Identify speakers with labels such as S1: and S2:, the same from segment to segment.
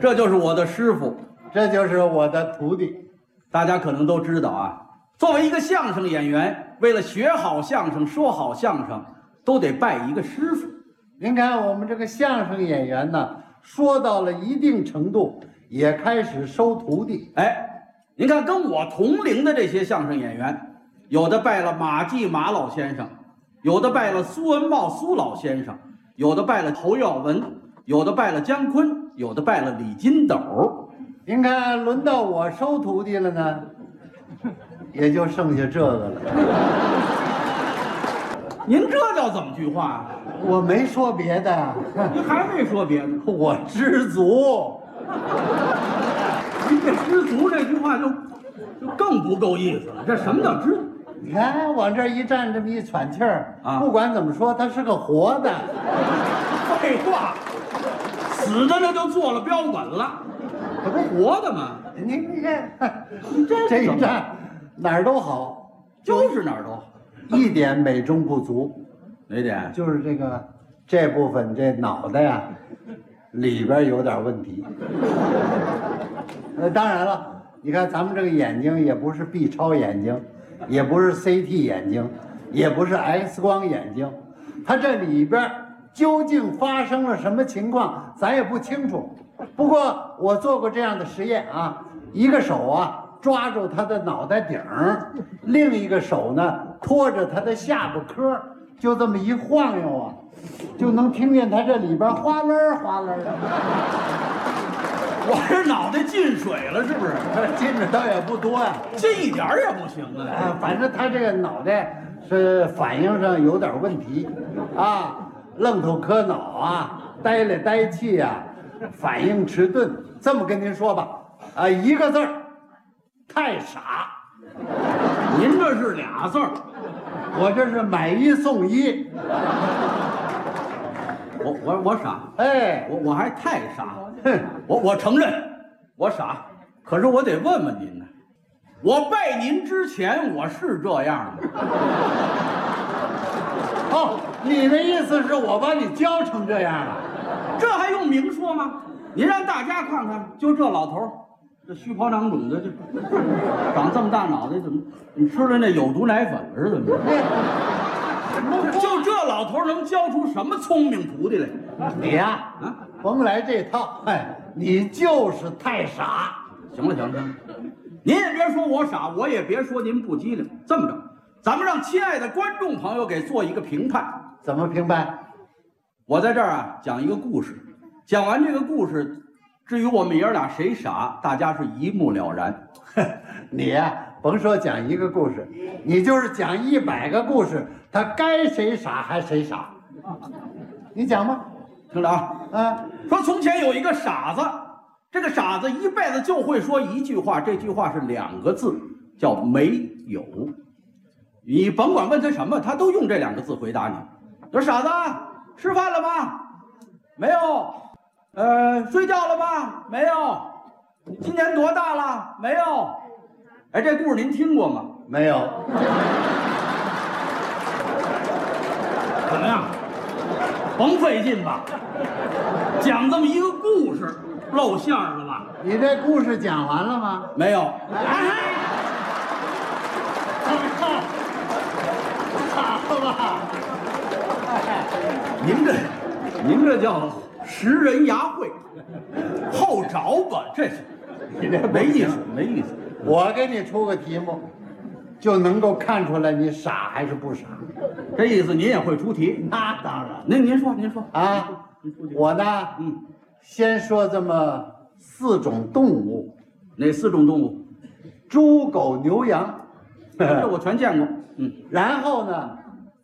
S1: 这就是我的师傅。
S2: 这就是我的徒弟。
S1: 大家可能都知道啊，作为一个相声演员，为了学好相声、说好相声，都得拜一个师傅。
S2: 您看，我们这个相声演员呢，说到了一定程度，也开始收徒弟。
S1: 哎，您看跟我同龄的这些相声演员，有的拜了马季马老先生，有的拜了苏文茂苏老先生，有的拜了侯耀文，有的拜了姜昆，有的拜了李金斗。
S2: 您看，轮到我收徒弟了呢，也就剩下这个了。
S1: 您这叫怎么句话啊？
S2: 我没说别的啊，
S1: 您还没说别的，
S2: 我知足。
S1: 您这知足这句话就就更不够意思了。这什么叫知足？
S2: 你看，往这一站，这么一喘气儿，
S1: 啊
S2: 不管怎么说，他是个活的。
S1: 废话，死的那就做了标本了，这不活的吗？
S2: 您你看，
S1: 你这是
S2: 这
S1: 怎
S2: 一
S1: 么
S2: 站哪儿都好，
S1: 就是哪儿都好。
S2: 一点美中不足，
S1: 哪点？
S2: 就是这个这部分这脑袋呀、里边有点问题。呃，当然了，你看咱们这个眼睛也不是 B 超眼睛，也不是 CT 眼睛，也不是 X 光眼睛，它这里边究竟发生了什么情况，咱也不清楚。不过我做过这样的实验啊，一个手啊抓住他的脑袋顶儿，另一个手呢托着他的下巴颏儿，就这么一晃悠啊，就能听见他这里边哗啦儿哗啦儿的。
S1: 我这脑袋进水了，是不是？
S2: 进的倒也不多呀、
S1: 进一点儿也不行
S2: 啊，
S1: 啊！
S2: 反正他这个脑袋是反应上有点问题，啊，愣头磕脑啊，呆来呆去呀、反应迟钝。这么跟您说吧，啊，一个字儿，太傻。
S1: 您这是俩字儿，
S2: 我这是买一送一，
S1: 我我我傻，
S2: 哎，
S1: 我我还太傻了。
S2: 哼，
S1: 我我承认我傻，可是我得问问您呢。我拜您之前我是这样的，
S2: 哦，你的意思是我把你教成这样了？
S1: 这还用明说吗？您让大家看看，就这老头儿，这虚袍长肿的，这 长这么大脑袋，怎么你吃了那有毒奶粉是怎么着？
S2: 嘿
S1: 就这老头儿能教出什么聪明徒弟来？
S2: 你呀、
S1: 啊
S2: 甭来这套，哎，你就是太傻。
S1: 行了行了，行了，您也别说我傻，我也别说您不机灵。这么着，咱们让亲爱的观众朋友给做一个评判。
S2: 怎么评判？
S1: 我在这儿啊讲一个故事，讲完这个故事，至于我们爷儿俩谁傻，大家是一目了然。
S2: 你呀、甭说讲一个故事，你就是讲一百个故事，他该谁傻还谁傻。你讲吧，
S1: 听着啊，
S2: 啊，
S1: 说从前有一个傻子，这个傻子一辈子就会说一句话，这句话是两个字，叫没有。你甭管问他什么，他都用这两个字回答你。说傻子，吃饭了吗？没有。呃，睡觉了吗？没有。你今年多大了？没有。哎，这故事您听过吗？
S2: 没有，
S1: 怎么样？甭费劲吧，讲这么一个故事，露馅儿了吧？
S2: 你这故事讲完了吗？
S1: 没 有。
S2: 好吧，
S1: 您这，您这叫识人牙慧，后找吧，这是
S2: 你这
S1: 没意思，没意思。
S2: 我给你出个题目，就能够看出来你傻还是不傻。
S1: 这意思您也会出题？
S2: 那当然
S1: 您您说，您说，
S2: 啊，我呢，
S1: 嗯，
S2: 先说这么四种动物：
S1: 哪四种动 物？
S2: 猪、狗、牛、羊。
S1: 这我全见过。嗯
S2: 然后呢，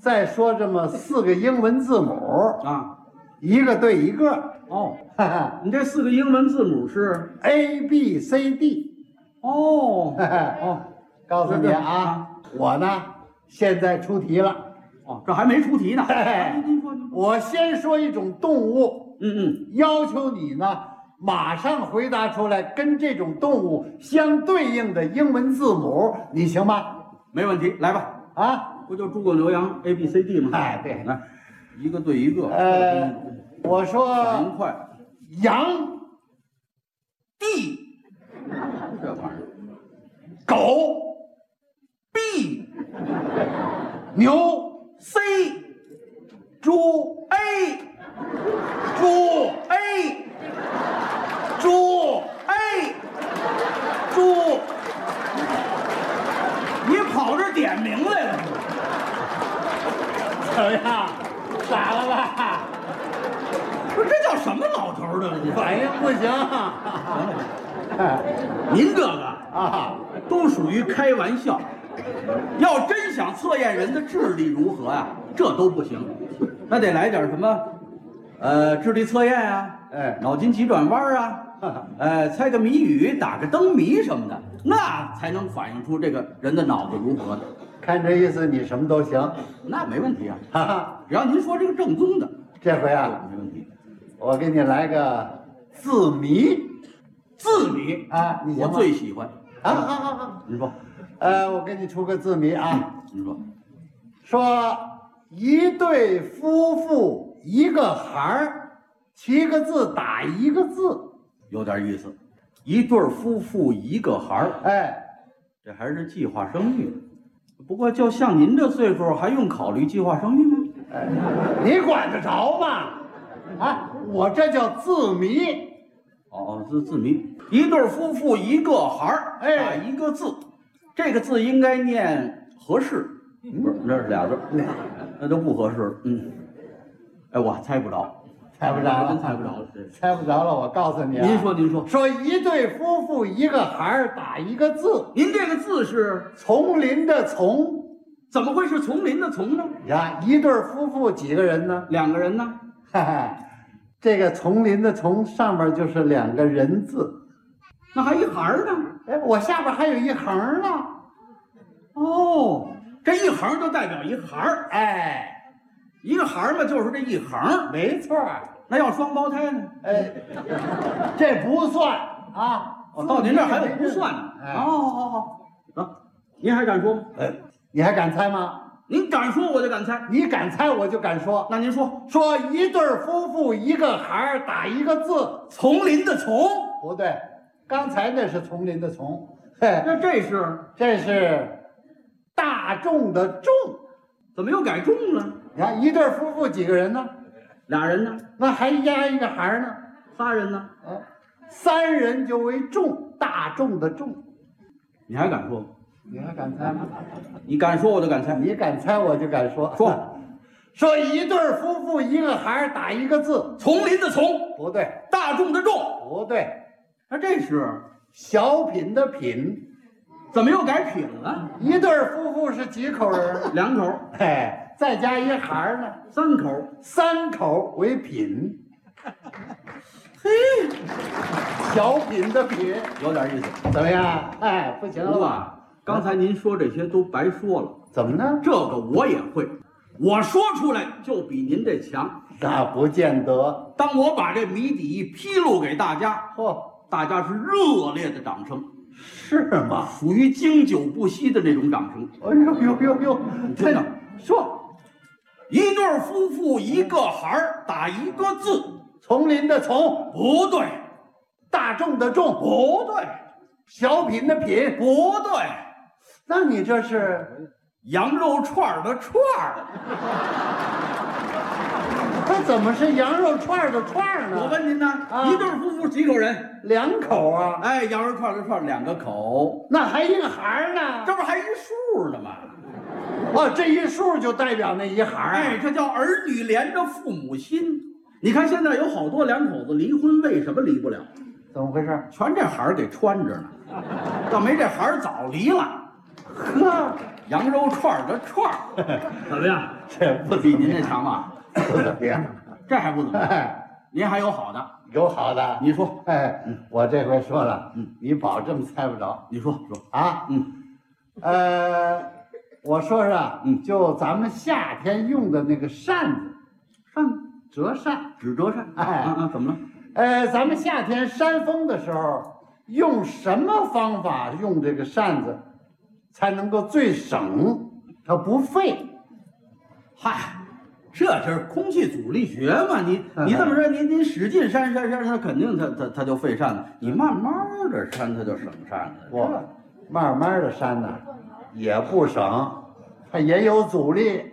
S2: 再说这么四个英文字母，
S1: 啊，
S2: 一个对一个
S1: 哦，
S2: 哈哈
S1: 你这四个英文字母是？
S2: ，A B C D。
S1: 哦
S2: 哈哈
S1: 哦
S2: 告诉你啊
S1: 啊，
S2: 我呢现在出题了，
S1: 哦，这还没出题呢。
S2: 哎
S1: 您您说，您说。
S2: 我先说一种动物，
S1: 嗯嗯。
S2: 要求你呢马上回答出来跟这种动物相对应的英文字母，你行吗？
S1: 没问题，来吧，
S2: 啊，
S1: 不就猪狗牛羊 A B C D 吗？
S2: 哎对
S1: 来，一个对一个，
S2: 呃，我
S1: 反应
S2: 说
S1: 快，
S2: 羊
S1: 屁，这玩意儿，狗，B，牛，C，猪，A，猪，A，猪，A，猪，你跑这儿点名来了。
S2: 怎么样？傻哎了吧？
S1: 不是这叫什么老头儿的了？你哎
S2: 反应不 行。
S1: 您这个
S2: 啊，
S1: 都属于开玩笑，要真想测验人的智力如何呀、啊这都不行，那得来点什么，呃，智力测验啊，
S2: 哎
S1: 脑筋急转弯啊，呃，猜个谜语、打个灯谜什么的，那才能反映出这个人的脑子如何的。
S2: 看这意思你什么都行，
S1: 那没问题啊，
S2: 哈哈。
S1: 只要您说这个正宗的，
S2: 这回
S1: 这
S2: 啊，
S1: 没问题。
S2: 我给你来个字谜
S1: 字谜
S2: 啊，你行
S1: 我
S2: 吗
S1: 最喜欢，
S2: 啊，好好好，
S1: 您说，
S2: 呃，我给你出个字谜啊，
S1: 您嗯说，
S2: 说一对夫妇一个孩儿，七个字打一个字，
S1: 有点意思。一对儿夫妇，一个孩儿。
S2: 哎，
S1: 这还是计划生育。不过，就像您这岁数，还用考虑计划生育吗？
S2: 你管得着吗？啊，我这叫字谜，
S1: 哦，字字谜，一对夫妇，一个孩儿，
S2: 哎
S1: 打一个字，这个字应该念合适，不是，那是嗯俩字，那就不合适了。嗯，哎，我猜不着，
S2: 猜不着
S1: 我真
S2: 了，
S1: 猜不着了。这
S2: 猜不着了，我告诉你、啊，
S1: 您说，您说，
S2: 说一对夫妇一个孩儿打一个字，
S1: 您这个字是
S2: 丛林的丛
S1: 怎么会是丛林的丛呢？
S2: 呀，一对夫妇几个人呢？
S1: 两个人呢？
S2: 哈哈， 这个丛林的丛上面就是两个人字，
S1: 那还一孩儿呢？
S2: 哎，我下边还有一横呢，
S1: 哦，这一行就代表一孩儿，
S2: 哎，
S1: 一个孩儿嘛，就是这一行。
S2: 没错儿，
S1: 那要双胞胎呢？
S2: 哎， 这不算啊，
S1: 哦，到您这儿还有不算呢。
S2: 哎
S1: 哦，好好好，啊，您还敢说吗？哎，
S2: 你还敢猜吗？
S1: 您敢说我就敢猜。
S2: 你敢猜我就敢说，
S1: 那您说，
S2: 说一对儿夫妇一个孩儿打一个字，
S1: 丛林的丛，
S2: 不对，刚才那是丛林的丛，嘿，
S1: 那这是
S2: 这是大众的众，
S1: 怎么又改种了？
S2: 你看一对儿夫妇几个人呢？
S1: 俩人呢？
S2: 那还压一个孩儿呢？
S1: 仨人呢？
S2: 啊，三人就为众，大众的众。
S1: 你还敢说吗？
S2: 你还敢猜吗？
S1: 你敢说我就敢猜。
S2: 你敢猜我就敢说。
S1: 说
S2: 说一对儿夫妇，一个孩儿打一个字，
S1: 丛林的丛，
S2: 不对，
S1: 大众的众，
S2: 不对，
S1: 那这是
S2: 小品的品。
S1: 怎么又改品了？？
S2: 一对儿夫妇是几口人儿
S1: 两口，
S2: 哎，再加一孩儿呢，
S1: 三口，
S2: 三口为品。
S1: 嘿，
S2: 小品的品
S1: 有点意思。
S2: 怎么样？哎，不行了
S1: 不
S2: 吧？
S1: 吧，刚才您说这些都白说了。
S2: 怎么呢？
S1: 这个我也会，我说出来就比您这强。
S2: 那不见得。
S1: 当我把这谜底一披露给大家，
S2: 嚯、
S1: 大家是热烈的掌声，
S2: 哦是吗？
S1: 属于经久不息的那种掌声。
S2: 哎呦呦呦呦！
S1: 真的
S2: 说，
S1: 一对夫妇，一个孩儿打一个字，
S2: 丛林的丛，
S1: 不对，
S2: 大众的众，
S1: 不对，
S2: 小品的品。
S1: 不对，
S2: 那你这是？
S1: 羊肉串儿的串儿。
S2: 那怎么是羊肉串儿的串儿呢？
S1: 我问您呢，
S2: 啊
S1: 一对夫妇几口人？
S2: 两口啊，
S1: 哎，羊肉串儿的串儿两个口，
S2: 那还一个孩儿呢。
S1: 这不还一竖呢吗？
S2: 哦，这一竖就代表那一孩儿。
S1: 哎，，这叫儿女连着父母心。你看现在有好多两口子离婚，为什么离不了？
S2: 怎么回事？
S1: 全这孩儿给穿着呢。要没这孩儿早离了。
S2: 呵，
S1: 羊肉串儿的串儿，怎么样？
S2: 这不
S1: 比您这强吧？
S2: 不怎么样。
S1: 这还不怎么样，
S2: 哎，
S1: 您还有好的。
S2: 有好的。
S1: 你说，
S2: 哎，我这回说了，
S1: 嗯
S2: 你保证猜不着
S1: 你说，说，
S2: 啊。
S1: 嗯，
S2: 呃，我说说啊，
S1: 嗯
S2: 就咱们夏天用的那个扇子，
S1: 扇
S2: 折扇。
S1: 指折扇，
S2: 哎
S1: 啊啊，怎么了？
S2: 呃，咱们夏天扇风的时候，用什么方法用这个扇子，才能够最省，它不费？
S1: 嗨，这就是空气阻力学嘛。你你这么说，您您使劲扇扇扇，它肯定它它它就费扇子。你慢慢的扇，它就省扇子。
S2: 不，慢慢的扇呐，也不省，它也有阻力，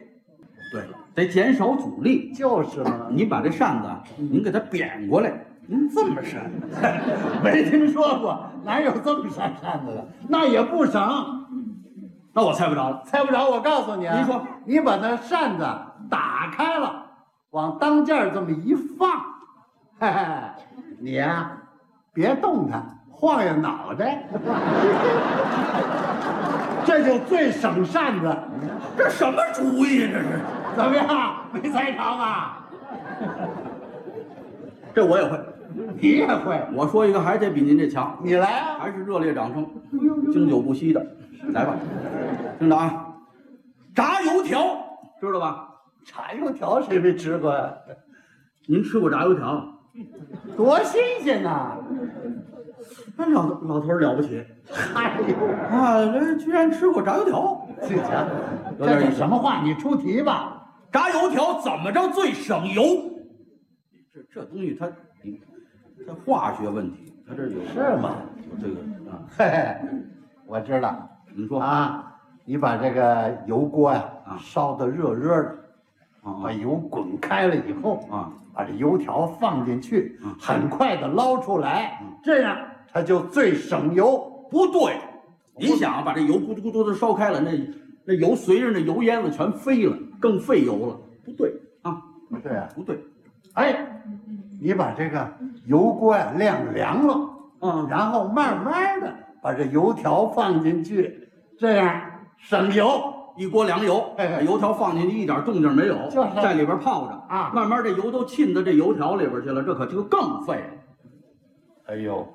S1: 对，得减少阻力。
S2: 就是嘛。
S1: 你把这扇子啊，您给它扁过来，您这么扇，
S2: 没听说过，哪有这么扇扇子的？那也不省，
S1: 那我猜不着了。
S2: 猜不着。我告诉你啊，
S1: 您说
S2: 你把那扇子打开了，往当间儿这么一放，嘿嘿，你呀、别动它，晃悠脑袋， 这就最省扇子。
S1: 这什么主意？啊这是，
S2: 怎么样？没猜着吧？
S1: 这我也会。
S2: 你也会，
S1: 我说一个，还得比您这强。
S2: 你来啊！
S1: 还是热烈掌声，经久不息的，来吧，听着啊，炸油条知道吧？
S2: 炸油条谁没吃过啊呀？
S1: 您吃过炸油条？
S2: 多新鲜啊呐！
S1: 那老老头儿了不起
S2: 哎呦。
S1: 啊！人居然吃过炸油条，
S2: 这家
S1: 有点意思
S2: 这是什么话？你出题吧。
S1: 炸油条怎么着最省油？这这东西它，你它化学问题，它这有
S2: 是吗？
S1: 有这个啊？
S2: 嘿嘿， 我知道。
S1: 您说啊
S2: 啊，你把这个油锅呀、
S1: 啊
S2: 烧得热热的，
S1: 啊
S2: 把油滚开了以后，
S1: 啊！
S2: 把这油条放进去
S1: 嗯，
S2: 很快的捞出来
S1: 嗯，
S2: 这样它就最省油。
S1: 不对，你想啊把这油咕嘟咕嘟的烧开了，那那油随着那油烟子全飞了，更费油了。不对啊，
S2: 不是啊？
S1: 不对
S2: 哎，你把这个油锅呀、晾凉了，
S1: 啊，
S2: 然后慢慢的把这油条放进去，这样省油。
S1: 一锅凉油，
S2: 哎哎
S1: 把油条放进去一点动静没有，
S2: 就是
S1: 在里边泡着
S2: 啊
S1: 慢慢这油都浸到这油条里边去了，这可就更费了。
S2: 哎呦，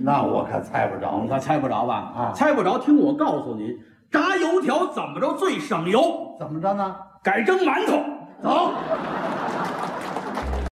S2: 那我可猜不着
S1: 你可
S2: 了，
S1: 哦猜不着吧？
S2: 啊
S1: 猜不着，听我告诉你，炸油条怎么着最省油？
S2: 怎么着呢？
S1: 改蒸馒头，
S2: 走，